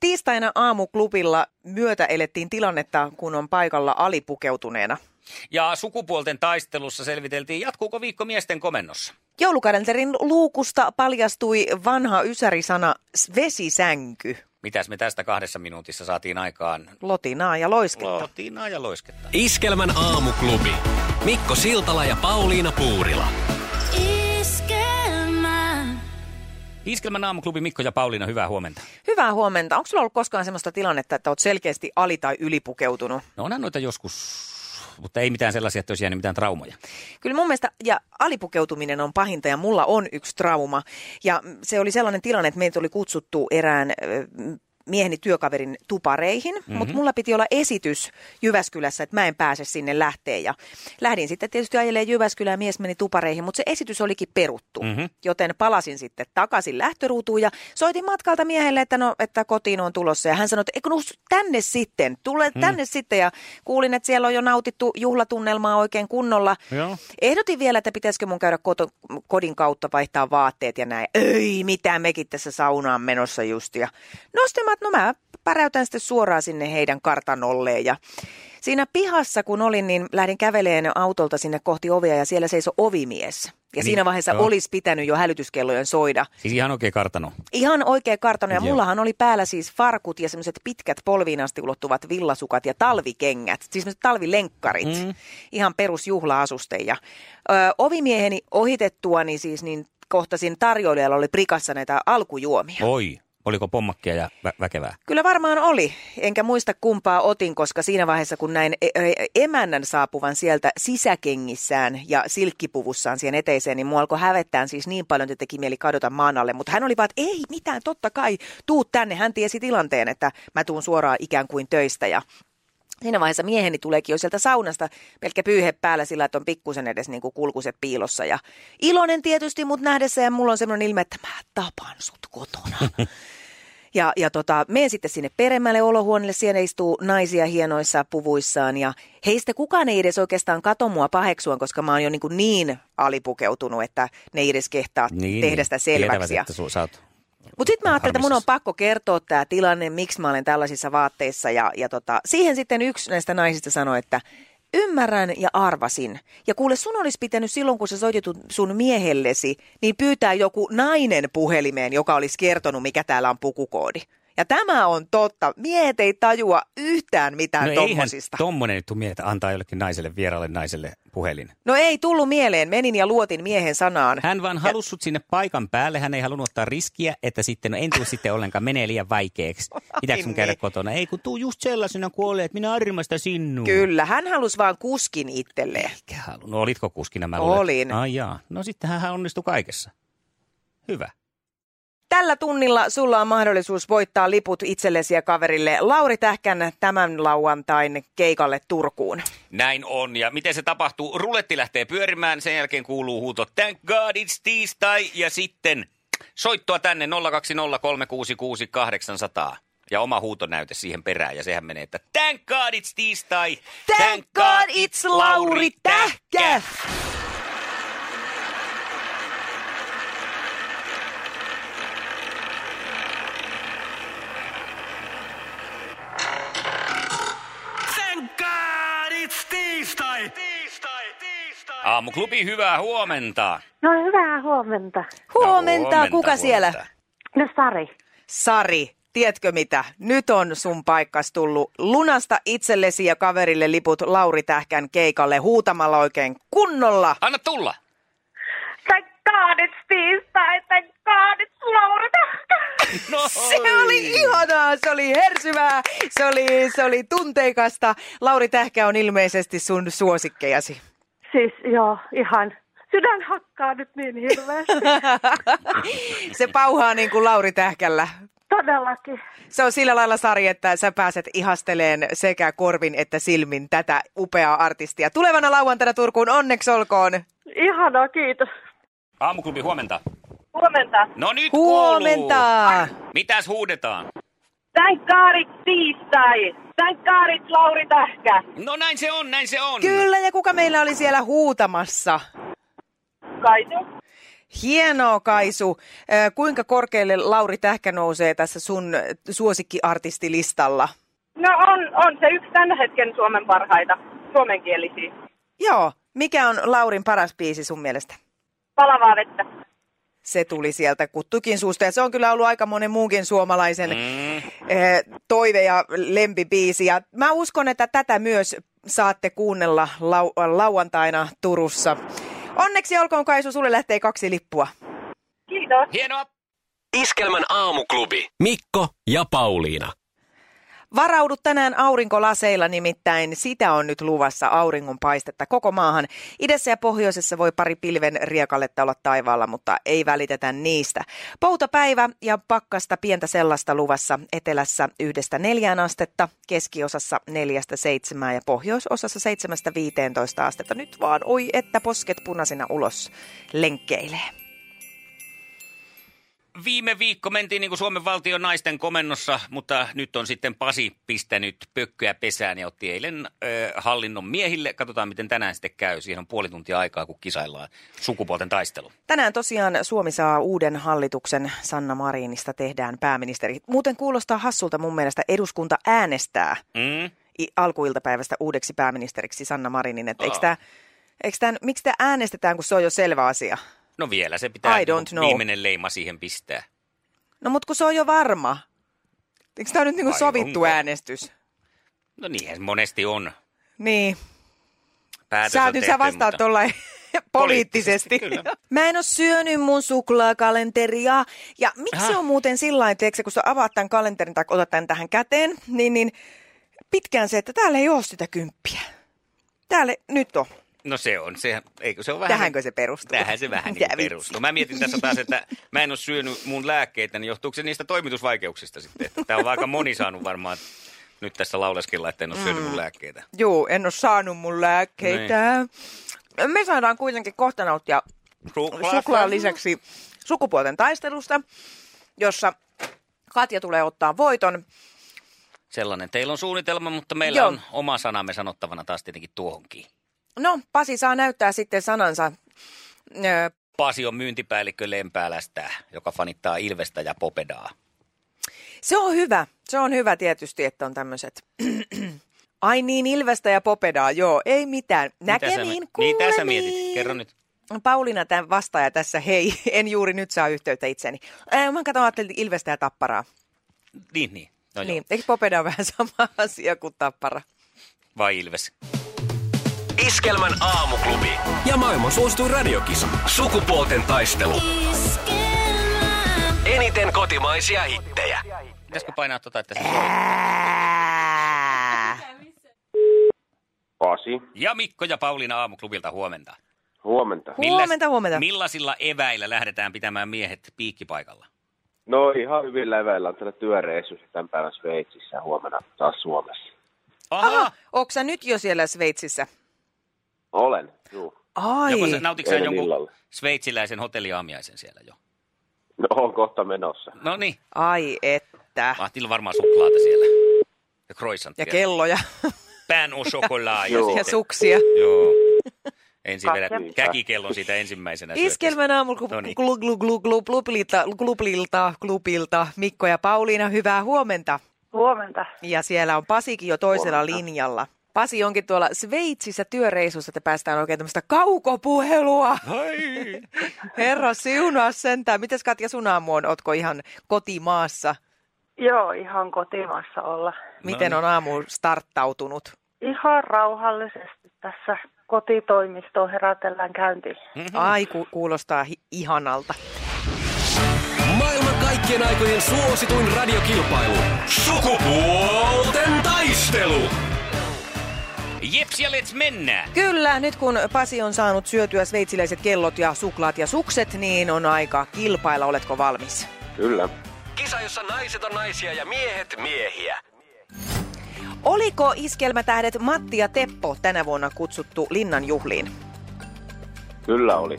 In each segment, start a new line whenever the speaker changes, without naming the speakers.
Tiistaina aamuklubilla myötä elettiin tilannetta, kun on paikalla alipukeutuneena.
Ja sukupuolten taistelussa selviteltiin, jatkuuko viikko miesten komennossa.
Joulukalenterin luukusta paljastui vanha ysärisana s- vesisänky.
Mitäs me tästä kahdessa minuutissa saatiin aikaan?
Lotinaa ja loisketta.
Lotinaa ja loisketta.
Iskelmän aamuklubi. Mikko Siltala ja Pauliina Puurila.
Iskelmä.
Iskelmän aamuklubi Mikko ja Pauliina, hyvää huomenta.
Hyvää huomenta. Onko sulla ollut koskaan sellaista tilannetta, että olet selkeästi ali- tai ylipukeutunut?
No onhan noita joskus, mutta ei mitään sellaisia, että olisi jäänyt mitään traumoja.
Kyllä mun mielestä, ja alipukeutuminen on pahinta, ja mulla on yksi trauma. Ja mm, se oli sellainen tilanne, että meitä oli kutsuttu erään ö, mm, mieheni työkaverin tupareihin, mm-hmm. mutta mulla piti olla esitys Jyväskylässä, että mä en pääse sinne lähteen. Ja lähdin sitten tietysti ajelemaan Jyväskylään, ja mies meni tupareihin, mutta se esitys olikin peruttu. Mm-hmm. Joten palasin sitten takaisin lähtöruutuun ja soitin matkalta miehelle, että no, että kotiin on tulossa. Ja hän sanoi, että "Eikö no, tänne sitten, tule tänne sitten. Ja kuulin, että siellä on jo nautittu juhlatunnelmaa oikein kunnolla.
Joo.
Ehdotin vielä, että pitäisikö mun käydä koto, kodin kautta vaihtaa vaatteet ja näin. Ei mitään, mekin tässä saunaan menossa just. Ja no sitten mä, että no mä päräytän sitten suoraan sinne heidän kartanolleen. Ja siinä pihassa kun olin, niin lähdin käveleen autolta sinne kohti ovia ja siellä seisoi ovimies. Ja niin, siinä vaiheessa
joo.
olisi pitänyt jo hälytyskellojen soida.
Siis ihan oikein kartano.
Ihan oikea kartano ja
Joo.
mullahan oli päällä siis farkut ja semmoiset pitkät polviin asti ulottuvat villasukat ja talvikengät, siis semmoiset talvilenkkarit, mm. ihan perusjuhlaasuste. Ja, ö, ovimieheni ohitettuani siis niin kohtasin tarjoilijalla oli prikassa näitä alkujuomia.
Oi, oliko pommakkia ja vä- väkevää?
Kyllä varmaan oli, enkä muista kumpaa otin, koska siinä vaiheessa kun näin e- e- emännän saapuvan sieltä sisäkengissään ja silkkipuvussaan siihen eteiseen, niin mua alkoi hävettään siis niin paljon, että teki mieli kadota maan alle. Mutta hän oli vaan, että ei mitään, totta kai, tuu tänne. Hän tiesi tilanteen, että mä tuun suoraan ikään kuin töistä ja Siinä vaiheessa mieheni tuleekin jo sieltä saunasta pelkkä pyyhe päällä sillä, että on pikkusen edes niin kuin kulkuset piilossa. Ja iloinen tietysti mut nähdessä ja mulla on semmoinen ilme, että mä tapan sut kotona. Ja, ja tota, menen sitten sinne peremmälle olohuoneelle, siellä istuu naisia hienoissa puvuissaan ja heistä kukaan ei edes oikeastaan kato mua paheksuen, koska mä oon jo niin, kuin niin alipukeutunut, että ne ei edes kehtaa niin, tehdä sitä selväksi. ja-
Tietävät, että su- sä oot
mutta sitten mä ajattelin, että mun on
harmissasi.
pakko kertoa tämä tilanne, miksi mä olen tällaisissa vaatteissa. Ja, ja tota, siihen sitten yksi näistä naisista sanoi, että ymmärrän ja arvasin. Ja kuule, sun olisi pitänyt silloin, kun sä soitit sun miehellesi, niin pyytää joku nainen puhelimeen, joka olisi kertonut, mikä täällä on pukukoodi. Ja tämä on totta. Miehet ei tajua yhtään mitään
No eihän
tommosista.
tommonen nyt tule mieleen, että antaa jollekin naiselle, vieraalle naiselle puhelin.
no ei tullut mieleen. Menin ja luotin miehen sanaan.
Hän vaan halusi sut sinne paikan päälle, hän ei halunnut ottaa riskiä, että sitten, no en tuu sitten ollenkaan, menee liian vaikeaksi. Pitääkö sun käydä
niin.
kotona? Ei kun tuu just sellaisena kuolee, että minä armasta sinua.
Kyllä, hän halusi vaan kuskin itselleen.
Mikä halu? No olitko kuskina? Mä luulen,
Olin.
että- Ai jaa. No sittenhän hän onnistui kaikessa. Hyvä.
Tällä tunnilla sulla on mahdollisuus voittaa liput itsellesi ja kaverille Lauri Tähkän tämän lauantain keikalle Turkuun.
Näin on. Ja miten se tapahtuu? Ruletti lähtee pyörimään, sen jälkeen kuuluu huuto Thank God it's tiistai ja sitten soittoa tänne 020366800. Ja oma huutonäyte siihen perään ja sehän menee, että Thank God it's tiistai!
Thank God it's Lauri Tähkä!
Thank God it's tiistai! Tiistai! Tiistai!
Aamuklubi, hyvää huomenta!
No hyvää huomenta.
Huomenta, kuka siellä?
No Sari.
Sari, tiedätkö mitä? Nyt on sun paikkas tullut. Lunasta itsellesi ja kaverille liput Lauri Tähkän keikalle huutamalla oikein kunnolla.
Anna tulla!
Thank God it's tiistai, thank God it's Lauri Tähkä.
No,
Se oli ihanaa, se oli hersyvää, se oli, se oli tunteikasta. Lauri Tähkä on ilmeisesti sun suosikkejasi.
Siis joo, ihan. Sydän hakkaa nyt niin hirveästi.
Se pauhaa niin kuin Lauri Tähkällä.
Todellakin.
Se on sillä lailla Sari, että sä pääset ihasteleen sekä korvin että silmin tätä upeaa artistia. Tulevana lauantaina Turkuun onneksi olkoon.
Ihanaa, kiitos.
Aamuklubi, huomenta.
Huomenta.
No nyt
Huomenta!
kuuluu. Mitäs huudetaan?
Thank God it's tiistai. Thank God it's Lauri Tähkä.
No näin se on, näin se on.
Kyllä, ja kuka meillä oli siellä huutamassa?
Kaisu.
Hienoa, Kaisu. Ö, Kuinka korkealle Lauri Tähkä nousee tässä sun suosikkiartistilistalla?
No on, on se yksi tämän hetken Suomen parhaita, suomenkielisiä.
Joo. Mikä on Laurin paras biisi sun mielestä?
Palavaa vettä.
Se tuli sieltä kuttukin suusta ja se on kyllä ollut aika monen muunkin suomalaisen
Mm.
eh, toive- ja lempibiisi. Ja mä uskon, että tätä myös saatte kuunnella lau- lauantaina Turussa. Onneksi olkoon Kaisu, sulle lähtee kaksi lippua.
Kiitos.
Hienoa.
Iskelmän aamuklubi.
Mikko ja Pauliina.
Varaudu tänään aurinkolaseilla, nimittäin sitä on nyt luvassa auringonpaistetta koko maahan. Idässä ja pohjoisessa voi pari pilven riekalletta olla taivaalla, mutta ei välitetä niistä. Poutapäivä ja pakkasta pientä sellaista luvassa etelässä yhdestä neljään astetta, keskiosassa neljästä seitsemään ja pohjoisosassa seitsemästä viiteentoista astetta. Nyt vaan, oi että posket punaisina ulos lenkkeilee.
Viime viikko mentiin niin kuin Suomen valtion naisten komennossa, mutta nyt on sitten Pasi pistänyt pökköä pesään ja otti eilen ö, hallinnon miehille. Katsotaan, miten tänään sitten käy. Siihen on puoli tuntia aikaa, kun kisaillaan sukupuolten taistelu.
Tänään tosiaan Suomi saa uuden hallituksen. Sanna Marinista tehdään pääministeri. Muuten kuulostaa hassulta mun mielestä eduskunta äänestää
Mm?
i- alkuiltapäivästä uudeksi pääministeriksi Sanna Marinin. Että eikö
Aa.
tää, eikö tää, miksi tämä äänestetään, kun se on jo selvä asia?
No vielä, se pitää
I
joku
don't know.
viimeinen leima siihen pistää.
No mutta kun se on jo varma. Eikö tämä nyt niinku
Vai
sovittu
onko?
äänestys?
No niinhän monesti on.
Niin.
Päätös
Sä,
on
nyt
tehty,
sä vastaat
mutta-
tuolla poliittisesti.
Poliittisesti, kyllä.
Mä en oo syönyt mun suklaakalenteria. Ja miksi se
Ah.
on muuten sillä lailla, että kun sä avaat tämän kalenterin tai otat tämän tähän käteen, niin, niin pitkään se, että täällä ei oo sitä kymppiä. Täällä nyt on.
No se on, se, eikö se on vähän...
Tähänkö se perustuu?
Tähän se vähän
Mitä
niin
vitsi?
perustuu. Mä mietin tässä taas, että mä en ole syönyt mun lääkkeitä, niin johtuuko se niistä toimitusvaikeuksista sitten? Että Tää on aika moni saanut varmaan nyt tässä lauleskella, että en ole syönyt mun
Mm.
lääkkeitä.
Juu, en oo saanut mun lääkkeitä.
Niin.
Me saadaan kuitenkin kohta nauttia suklaan lisäksi sukupuolten taistelusta, jossa Katja tulee ottaa voiton.
Sellainen. Teillä on suunnitelma, mutta meillä
Joo.
on oma sanamme sanottavana taas tietenkin tuohonkin.
No, Pasi saa näyttää sitten sanansa. Öö,
Pasi on myyntipäällikkö Lempäälästä, joka fanittaa Ilvestä ja Popedaa.
Se on hyvä. Se on hyvä tietysti, että on tämmöiset. Ai niin, Ilvestä ja Popedaa, joo, ei mitään.
Mitä sä,
Näkemiin,
mi- Niin, tässä
kuulemiin.
mietit. Kerro nyt.
Pauliina tämän vastaaja tässä, hei, en juuri nyt saa yhteyttä itseni. Ää, Mä katson, ajattelin Ilvestä ja Tapparaa.
Niin, niin. No niin.
niin, eikö Popeda ole vähän sama asia kuin Tappara?
Vai Ilves.
Iskelmän aamuklubi.
Ja maailman suosituin radiokisa.
Sukupuolten taistelu.
Iskelmä.
Eniten kotimaisia hittejä.
Pitäisikö painaa tota, että se
Pasi,
Ja Mikko ja Pauliina aamuklubilta huomenta.
huomenta.
Huomenta, huomenta.
Millaisilla eväillä lähdetään pitämään miehet piikkipaikalla?
No ihan hyvin leveillä on täällä työreissussa tämän päivän Sveitsissä ja huomenna taas Suomessa.
Aha, onko sä nyt jo siellä Sveitsissä?
Olen, juu.
Ai,
Joko sä, nautitko sä
Eilen
jonkun
illalla.
sveitsiläisen hotelliaamiaisen siellä jo?
No on kohta menossa.
No niin,
ai että.
Mahtilla varmaan suklaata siellä. Ja croissantia.
Ja kelloja
Pään au chocolat. ja,
Joo.
ja
sitten-
suksia.
Joo. Ensin vedät
Katja.
käkikellon siitä ensimmäisenä. syöt.
Iskelmän aamulla
No niin.
glu- glu- glu- glu- gluplilta, gluplilta, gluplilta, Mikko ja Pauliina, hyvää huomenta.
Huomenta.
Ja siellä on Pasikin jo toisella
Huomenta.
linjalla. Pasi onkin tuolla Sveitsissä työreissussa, että päästään oikein tämmöistä kaukopuhelua.
Ai.
Herra, siunaa sentään. Mites Katja sun aamu on? Ootko ihan kotimaassa?
Joo, ihan kotimassa olla.
Miten
No
on aamu starttautunut?
Ihan rauhallisesti tässä kotitoimistoon herätellään käyntiin.
Ai, ku- kuulostaa hi- ihanalta.
Maailman kaikkien aikojen suosituin radiokilpailu. Sukupuolten taistelu.
Jeps ja let's mennään.
Kyllä, nyt kun Pasi on saanut syötyä sveitsiläiset kellot ja suklaat ja sukset, niin on aika kilpailla. Oletko valmis?
Kyllä.
Kisa, jossa naiset on naisia ja miehet miehiä.
Oliko iskelmätähdet Matti ja Teppo tänä vuonna kutsuttu Linnan juhliin?
Kyllä oli.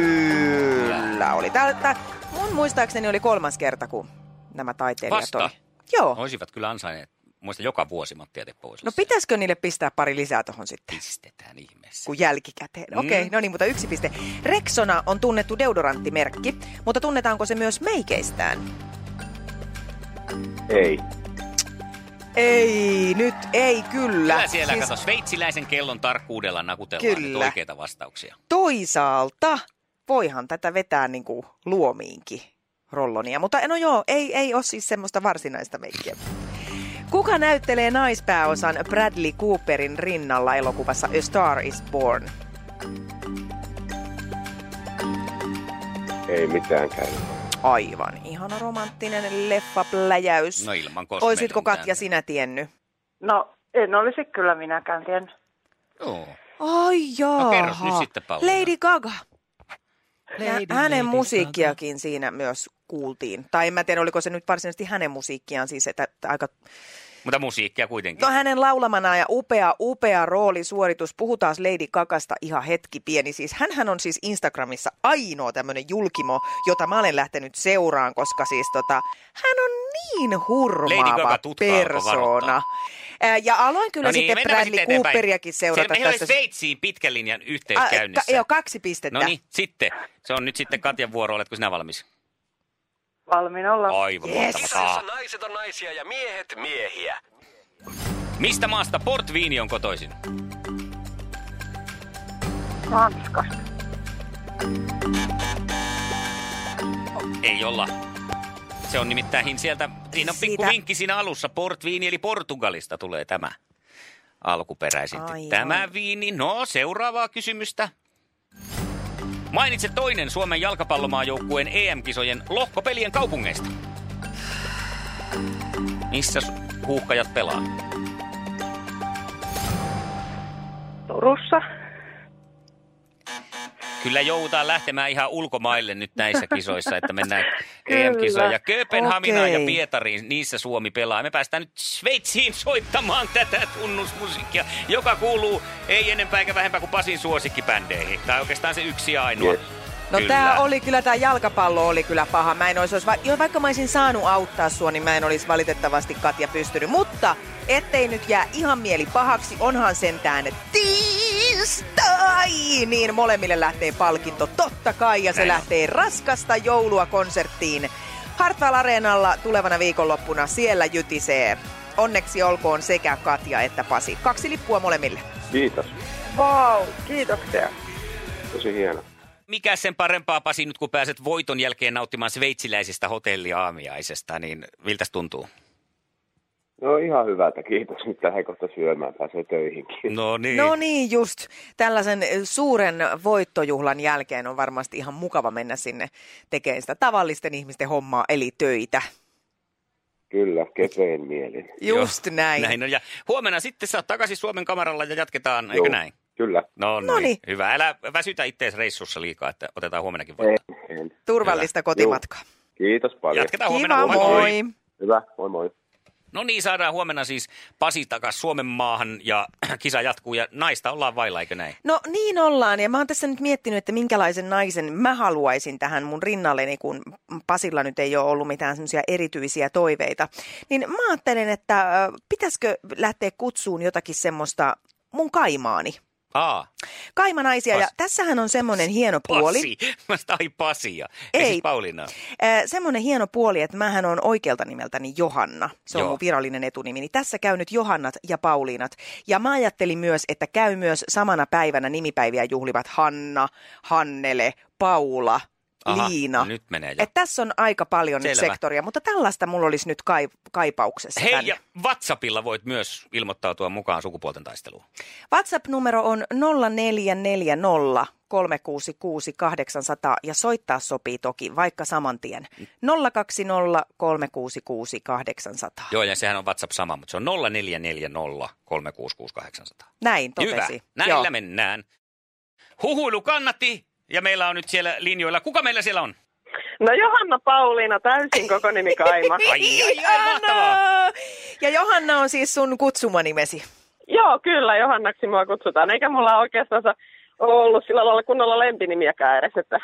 Kyllä oli. Tää, tää, mun muistaakseni oli kolmas kerta, kun nämä taiteilijat
Vasta?
oli. Joo.
Olisivat kyllä ansainneet, muista joka vuosi Matti ja Teppo olisi
No pitäisikö niille pistää pari lisää tuohon sitten?
Pistetään ihmeessä.
kuin jälkikäteen. Okei, okay,
Mm.
no niin, mutta yksi piste. Rexona on tunnettu deodoranttimerkki, mutta tunnetaanko se myös meikeistään?
Ei.
Ei, nyt ei kyllä. Siis
Kyllä siellä, kato, sveitsiläisen kellon tarkkuudella nakutellaan
Kyllä.
nyt oikeita vastauksia.
toisaalta voihan tätä vetää niin kuin luomiinkin rollonia, mutta no joo, ei, ei ole siis semmoista varsinaista meikkiä. Kuka näyttelee naispääosan Bradley Cooperin rinnalla elokuvassa A Star is Born?
Ei mitään käynyt.
Aivan ihana romanttinen leffapläjäys.
No ilman kosmeiden
Oisitko Katja
täynnä.
sinä tiennyt?
No, en olisi kyllä minäkään tiennyt.
Joo.
Ai joo.
kerros No nyt sitten, Pauliina.
Lady Gaga. Lady, hänen musiikkiakin siinä myös kuultiin. Tai en mä tiedä, oliko se nyt varsinaisesti hänen musiikkiaan, siis että että aika
Mutta musiikkia kuitenkin.
No hänen laulamanaan ja upea, upea roolisuoritus. Puhutaan Lady Kakasta ihan hetki pieni. Siis hänhän on siis Instagramissa ainoa tämmöinen julkimo, jota mä olen lähtenyt seuraan, koska siis tota, hän on niin
Lady Gaga
hurmaava
tutkaa, alkoi
persona.
varoittaa.
Ää, Ja aloin kyllä no niin, sitten
mennään
Bradley
sitten eteenpäin.
Cooperiakin seurata
Siellä meillä
tässä.
oli Sveitsiin pitkän linjan yhteys
Ah,
käynnissä.
ka- joo, kaksi pistettä.
no niin, sitten. Se on nyt sitten Katjan vuoro, oletko sinä valmis?
Valmiin olla.
Aivan
Yes.
yes.
Kisa, jossa naiset on naisia ja miehet miehiä.
Mistä maasta portviini on kotoisin?
Ranskasta.
Ei olla. Se on nimittäin sieltä, siinä on pikku
Siitä-
vinkki siinä alussa, portviini eli Portugalista tulee tämä alkuperäisin.
Aivan.
Tämä viini, no seuraavaa kysymystä. Mainitse toinen Suomen jalkapallomaajoukkueen EM-kisojen lohkopelien kaupungeista. Missä su- huuhkajat pelaa?
Turussa.
Kyllä joudutaan lähtemään ihan ulkomaille nyt näissä kisoissa, että mennään EM-kisoja. Kööpenhaminaan
Okei.
ja Pietariin, niissä Suomi pelaa. Me päästään nyt Sveitsiin soittamaan tätä tunnusmusiikkia, joka kuuluu ei enempää eikä vähempää kuin Pasin suosikkibändeihin. Tämä on oikeastaan se yksi ja ainoa.
Yes.
No
Kyllä.
tää oli kyllä, tää jalkapallo oli kyllä paha. Mä en olisi, olisi va- jo, vaikka mä olisin saanut auttaa sua, niin mä en olisi valitettavasti Katja pystynyt. Mutta ettei nyt jää ihan mieli pahaksi, onhan sentään tiistai! Niin molemmille lähtee palkinto, totta kai, ja se
Näin on.
lähtee raskasta joulua konserttiin. Hartwell Areenalla tulevana viikonloppuna siellä jytisee. Onneksi olkoon sekä Katja että Pasi. Kaksi lippua molemmille.
Kiitos.
Vau, wow, kiitoksia.
Tosi hieno.
Mikä sen parempaa, Pasi, nyt kun pääset voiton jälkeen nauttimaan sveitsiläisestä hotelliaamiaisesta, niin miltä tuntuu?
No ihan hyvältä, kiitos. Nyt lähden kohta syömään, pääsee töihinkin.
No niin.
No niin, just. Tällaisen eh, suuren voittojuhlan jälkeen on varmasti ihan mukava mennä sinne tekemään sitä tavallisten ihmisten hommaa, eli töitä.
Kyllä, kevein mielin.
Just Joo, näin.
näin on. Ja huomenna sitten sä oot takaisin Suomen kameralla ja jatketaan,
Joo,
eikö näin?
Kyllä.
No niin,
Noniin.
hyvä. Älä väsytä ittees reissussa liikaa, että otetaan huomennakin
En,
voittaa.
en.
Turvallista kotimatkaa.
Kiitos paljon.
Jatketaan huomenna.
Kiva, moi.
Hyvä, moi moi.
No niin, saadaan huomenna siis Pasi takas Suomen maahan ja kisa jatkuu ja naista ollaan vailla, eikö näin?
No niin ollaan, ja mä oon tässä nyt miettinyt, että minkälaisen naisen mä haluaisin tähän mun rinnalleni, kun Pasilla nyt ei ole ollut mitään semmoisia erityisiä toiveita. Niin mä ajattelin, että ö, pitäisikö lähteä kutsuun jotakin semmoista mun kaimaani.
Aa,
Kaimanaisia, ja
Pasi.
tässähän on semmoinen hieno puoli.
Pasi. Mä sitä ai Pasia.
Ei.
Ei. Siis Pauliina.
Äh, semmoinen hieno puoli, että mähän on oikealta nimeltäni Johanna. Se on
Joo.
mun virallinen etunimi. Niin tässä käy nyt Johannat ja Pauliinat. Ja mä ajattelin myös, että käy myös samana päivänä nimipäiviä juhlivat Hanna, Hannele, Paula,
Aha,
Liina.
nyt menee jo.
Et tässä on aika paljon nyt
Selvä.
sektoria, mutta tällaista mulla olisi nyt kai, kaipauksessa
Hei,
tänne.
ja WhatsAppilla voit myös ilmoittautua mukaan sukupuolten taisteluun.
WhatsApp-numero on 0440 366 800 ja soittaa sopii toki vaikka saman tien. 020 366 800.
Joo, ja sehän on WhatsApp sama, mutta se on 0440 366 800.
Näin
Hyvä,
totesi.
näillä
Joo.
Joo. mennään. Huhuilu kannatti ja meillä on nyt siellä linjoilla. Kuka meillä siellä on?
No Johanna Pauliina, täysin koko nimi Kaima.
Ai, ai, ai,
Ihanaa!
mahtavaa.
Niin, Ja Johanna on siis sun kutsumanimesi.
Joo, kyllä, Johannaksi mua kutsutaan. Eikä mulla oikeastaan ole ollut sillä lailla kunnolla lempinimiäkään edes, että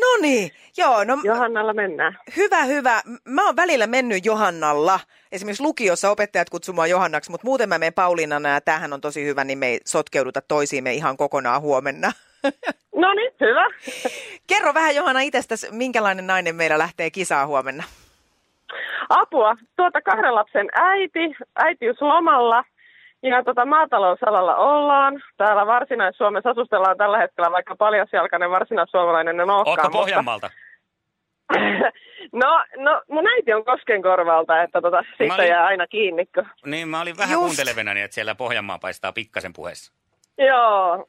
No niin, joo, no
Johannalla mennään.
hyvä, hyvä. M- Mä oon välillä mennyt Johannalla. Esimerkiksi lukiossa opettajat kutsumaan Johannaksi, mutta muuten mä menen Pauliinana ja tämähän on tosi hyvä, niin me ei sotkeuduta toisiimme ihan kokonaan huomenna.
No niin, hyvä.
Kerro vähän Johanna itsestäsi, minkälainen nainen meillä lähtee kisaan huomenna.
Apua. Tuota kahden lapsen äiti, äitiyslomalla. Ja tota, maatalousalalla ollaan. Täällä Varsinais-Suomessa asustellaan tällä hetkellä, vaikka paljasjalkainen varsinais-suomalainen en olekaan.
Ootko
mutta-
Pohjanmaalta?
No, no, mun äiti on Koskenkorvalta, että tota, siitä
olin-
jää aina kiinni. kun-
Niin, mä olin vähän
Just.
kuuntelevinani, että siellä Pohjanmaa paistaa pikkasen puheessa.
Joo,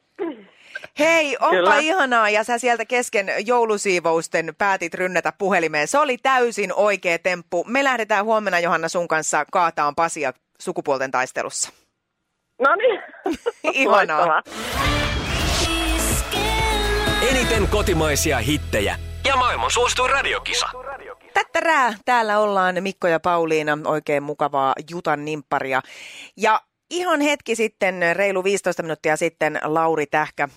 Hei, onpa
Kyllä.
ihanaa ja sä sieltä kesken joulusiivousten päätit rynnätä puhelimeen. Se oli täysin oikea temppu. Me lähdetään huomenna Johanna sun kanssa kaataan Pasia sukupuolten taistelussa.
no niin.
Ihanaa.
Loistavaa.
Eniten kotimaisia hittejä.
Ja maailman suosituin radiokisa.
Tättärää, täällä ollaan Mikko ja Pauliina, oikein mukavaa Jutan nimpparia. Ja ihan hetki sitten, reilu 15 minuuttia sitten, Lauri Tähkä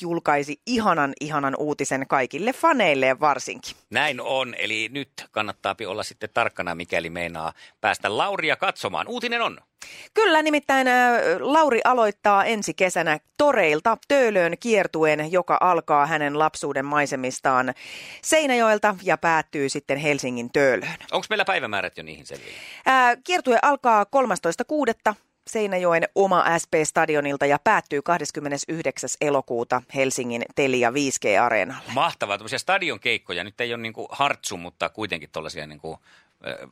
julkaisi ihanan, ihanan uutisen kaikille faneille varsinkin.
Näin on, eli nyt kannattaa olla sitten tarkkana, mikäli meinaa päästä Lauria katsomaan. Uutinen on.
Kyllä, nimittäin ää, Lauri aloittaa ensi kesänä toreilta Töölöön kiertueen, joka alkaa hänen lapsuuden maisemistaan Seinäjoelta ja päättyy sitten Helsingin Töölöön.
Onko meillä päivämäärät jo niihin selville?
Ää, Kiertue alkaa 13.6. Seinäjoen oma SP-stadionilta ja päättyy 29. elokuuta Helsingin Telia 5G-areenalle.
Mahtavaa, tämmöisiä stadion keikkoja. Nyt ei ole niin hartsu, mutta kuitenkin tuollaisia niin kuin, äh,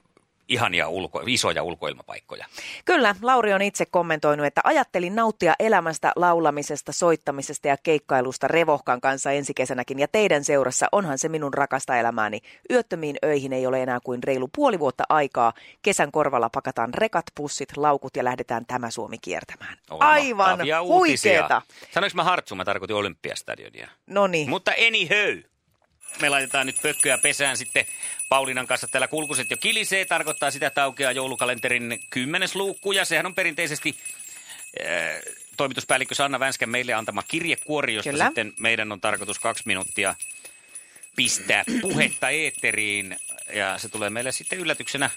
ihania ulko, isoja ulkoilmapaikkoja.
Kyllä, Lauri on itse kommentoinut, että ajattelin nauttia elämästä, laulamisesta, soittamisesta ja keikkailusta Revohkan kanssa ensi kesänäkin ja teidän seurassa onhan se minun rakasta elämääni. Yöttömiin öihin ei ole enää kuin reilu puoli vuotta aikaa. Kesän korvalla pakataan rekat, pussit, laukut ja lähdetään tämä Suomi kiertämään.
Ovat
Aivan
mahtavia uutisia.
huikeeta.
Sanoinko mä hartsu, mä tarkoitin olympiastadionia.
No niin.
Mutta anyhow, me laitetaan nyt pökköä pesään sitten Paulinan kanssa. Täällä kulkuset jo kilisee, tarkoittaa sitä, että aukeaa joulukalenterin kymmenes luukku. Ja sehän on perinteisesti äh, toimituspäällikkö Sanna Vänskän meille antama kirjekuori, josta
Kyllä.
sitten meidän on tarkoitus kaksi minuuttia pistää puhetta eetteriin. Ja se tulee meille sitten yllätyksenä.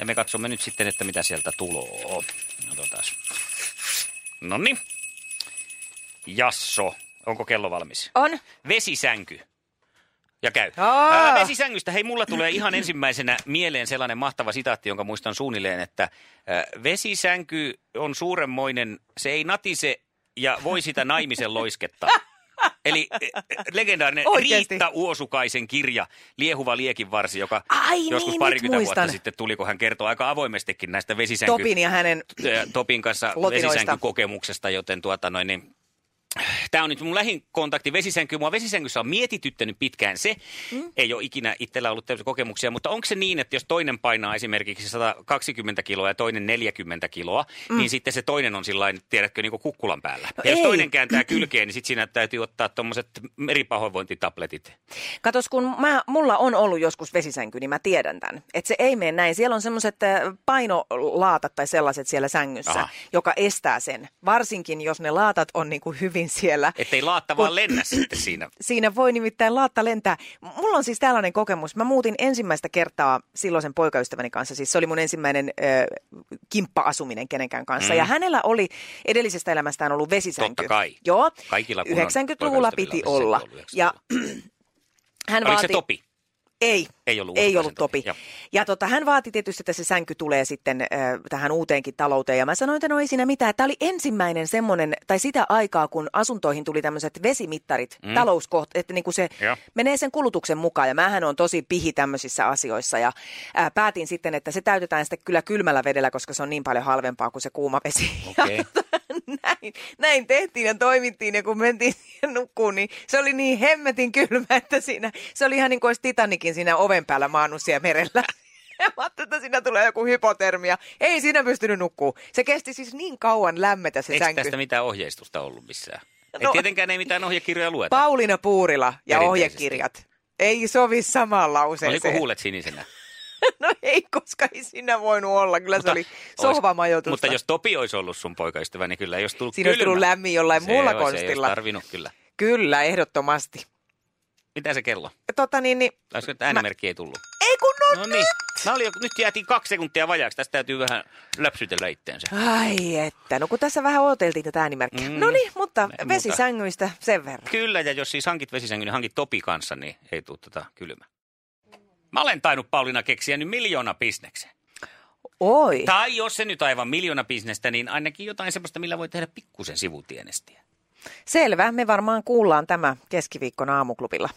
Ja me katsomme nyt sitten, että mitä sieltä tuloo. Otetaan. Nonni. Jasso. Onko kello valmis?
On.
Vesisänky. Ja käy.
Aa!
Ää, vesisängystä. Hei, mulla tulee ihan ensimmäisenä mieleen sellainen mahtava sitaatti, jonka muistan suunnilleen, että ää, vesisänky on suuremmoinen, se ei natise ja voi sitä naimisen loisketta. Eli ä, ä, legendaarinen
Oikeesti?
Riitta Uosukaisen kirja Liehuva liekinvarsi, joka
Ai
joskus
niin, nyt
parikymmentä vuotta
muistan.
sitten tuli, kun hän kertoo aika avoimestikin näistä vesisänky...
Topin ja hänen
Ö, Topin kanssa
Lotinoista.
vesisänkykokemuksesta, joten tuota noin, niin, tämä on nyt mun lähin kontakti vesisänkyyn. Mua vesisänkyssä on mietityttänyt pitkään se. Mm. Ei ole ikinä itsellä ollut tämmöisiä kokemuksia, mutta onko se niin, että jos toinen painaa esimerkiksi 120 kiloa ja toinen 40 kiloa, mm. niin sitten se toinen on sillä tiedätkö, niin kuin kukkulan päällä. No ja jos
ei.
toinen kääntää kylkeen, niin sitten siinä täytyy ottaa tuommoiset meripahoinvointitabletit.
Katos, kun mä, mulla on ollut joskus vesisänky, niin mä tiedän tämän. Että se ei mene näin. Siellä on semmoiset äh, painolaatat tai sellaiset siellä sängyssä,
Aha.
Aha. joka estää sen. Varsinkin, jos ne laatat on niin kuin hyvin siellä.
Että ei laatta vaan lennä sitten siinä.
Siinä voi nimittäin laatta lentää. M- Mulla on siis tällainen kokemus. Mä muutin ensimmäistä kertaa silloisen poikaystäväni kanssa. Siis se oli mun ensimmäinen äh, kimppa-asuminen kenenkään kanssa. Mm. Ja hänellä oli edellisestä elämästään ollut vesisänky.
Totta kai.
Joo.
Kaikilla kunnon
90-luvulla piti
poikaystävillä
olla.
on vesisänky ollut
Ja
90-luvulla.
hän
Oliko
vaati...
se Topi?
Ei.
Ei ollut
Ei
Uosukaisen
ollut Topi.
Joo.
Ja tota, hän vaati tietysti, että se sänky tulee sitten äh, tähän uuteenkin talouteen. Ja mä sanoin, että no ei siinä mitään. Tämä oli ensimmäinen semmoinen, tai sitä aikaa, kun asuntoihin tuli tämmöiset vesimittarit, mm. talouskoht, että niin kuin se
Joo.
menee sen kulutuksen mukaan. Ja mähän on tosi pihi tämmöisissä asioissa. Ja äh, päätin sitten, että se täytetään sitten kyllä kylmällä vedellä, koska se on niin paljon halvempaa kuin se kuuma vesi.
Okei.
Ja tota, näin, näin tehtiin ja toimittiin ja kun mentiin siihen nukkuun, niin se oli niin hemmetin kylmä, että siinä, se oli ihan niin kuin olisi Titanikin siinä oven päällä maannut siellä merellä. Ja mä ajattelin, että siinä tulee joku hypotermia. Ei siinä pystynyt nukkuu. Se kesti siis niin kauan lämmetä se
Eikö
sänky.
tästä mitään ohjeistusta ollut missään? Ei
No-
tietenkään ei mitään ohjekirjoja lueta.
Pauliina Puurila ja
Perinteisesti.
ohjekirjat. Ei sovi samaan
Oliko
lauseeseen.
huulet sinisenä?
No ei, koska ei sinä voinut olla. Kyllä mutta, se oli
Ois-
sohvamajoitusta.
Mutta jos Topi olisi ollut sun poikaystävä, niin kyllä ei olisi tullut
Siinä olisi
kylmä.
tullut lämmin jollain
se
muulla
ei, olisi- Se ei
konstilla.
olisi tarvinnut kyllä.
Kyllä, ehdottomasti.
Mitä se kello?
Tota niin, niin...
Olisiko, että äänimerkki ei tullut?
Ei kun on
No niin. Mä olin, jo- nyt jäätiin kaksi sekuntia vajaaksi. Tästä täytyy vähän läpsytellä itteensä.
Ai että, no kun tässä vähän ooteltiin tätä äänimerkkiä.
Mm.
Mm. No niin, mutta
Ei muuta.
vesisängyistä sen verran.
Kyllä, ja jos siis hankit vesisängyn, niin hankit Topi kanssa, niin ei tule tota kylmä. Mä olen tainnut Pauliina keksiä nyt miljoona bisneksen.
Oi, Ta-
Tai jos se nyt aivan miljoona bisnestä, niin ainakin jotain sellaista, millä voi tehdä pikkusen sivutienestiä.
selvä. Me varmaan kuullaan tämä keskiviikkona aamuklubilla.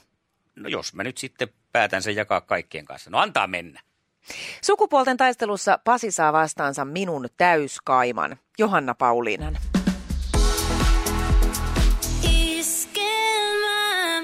No jos mä nyt sitten päätän sen jakaa kaikkien kanssa. No antaa mennä.
Sukupuolten taistelussa Pasi saa vastaansa minun täyskaiman, Johanna Pauliinan.
Iskelmä.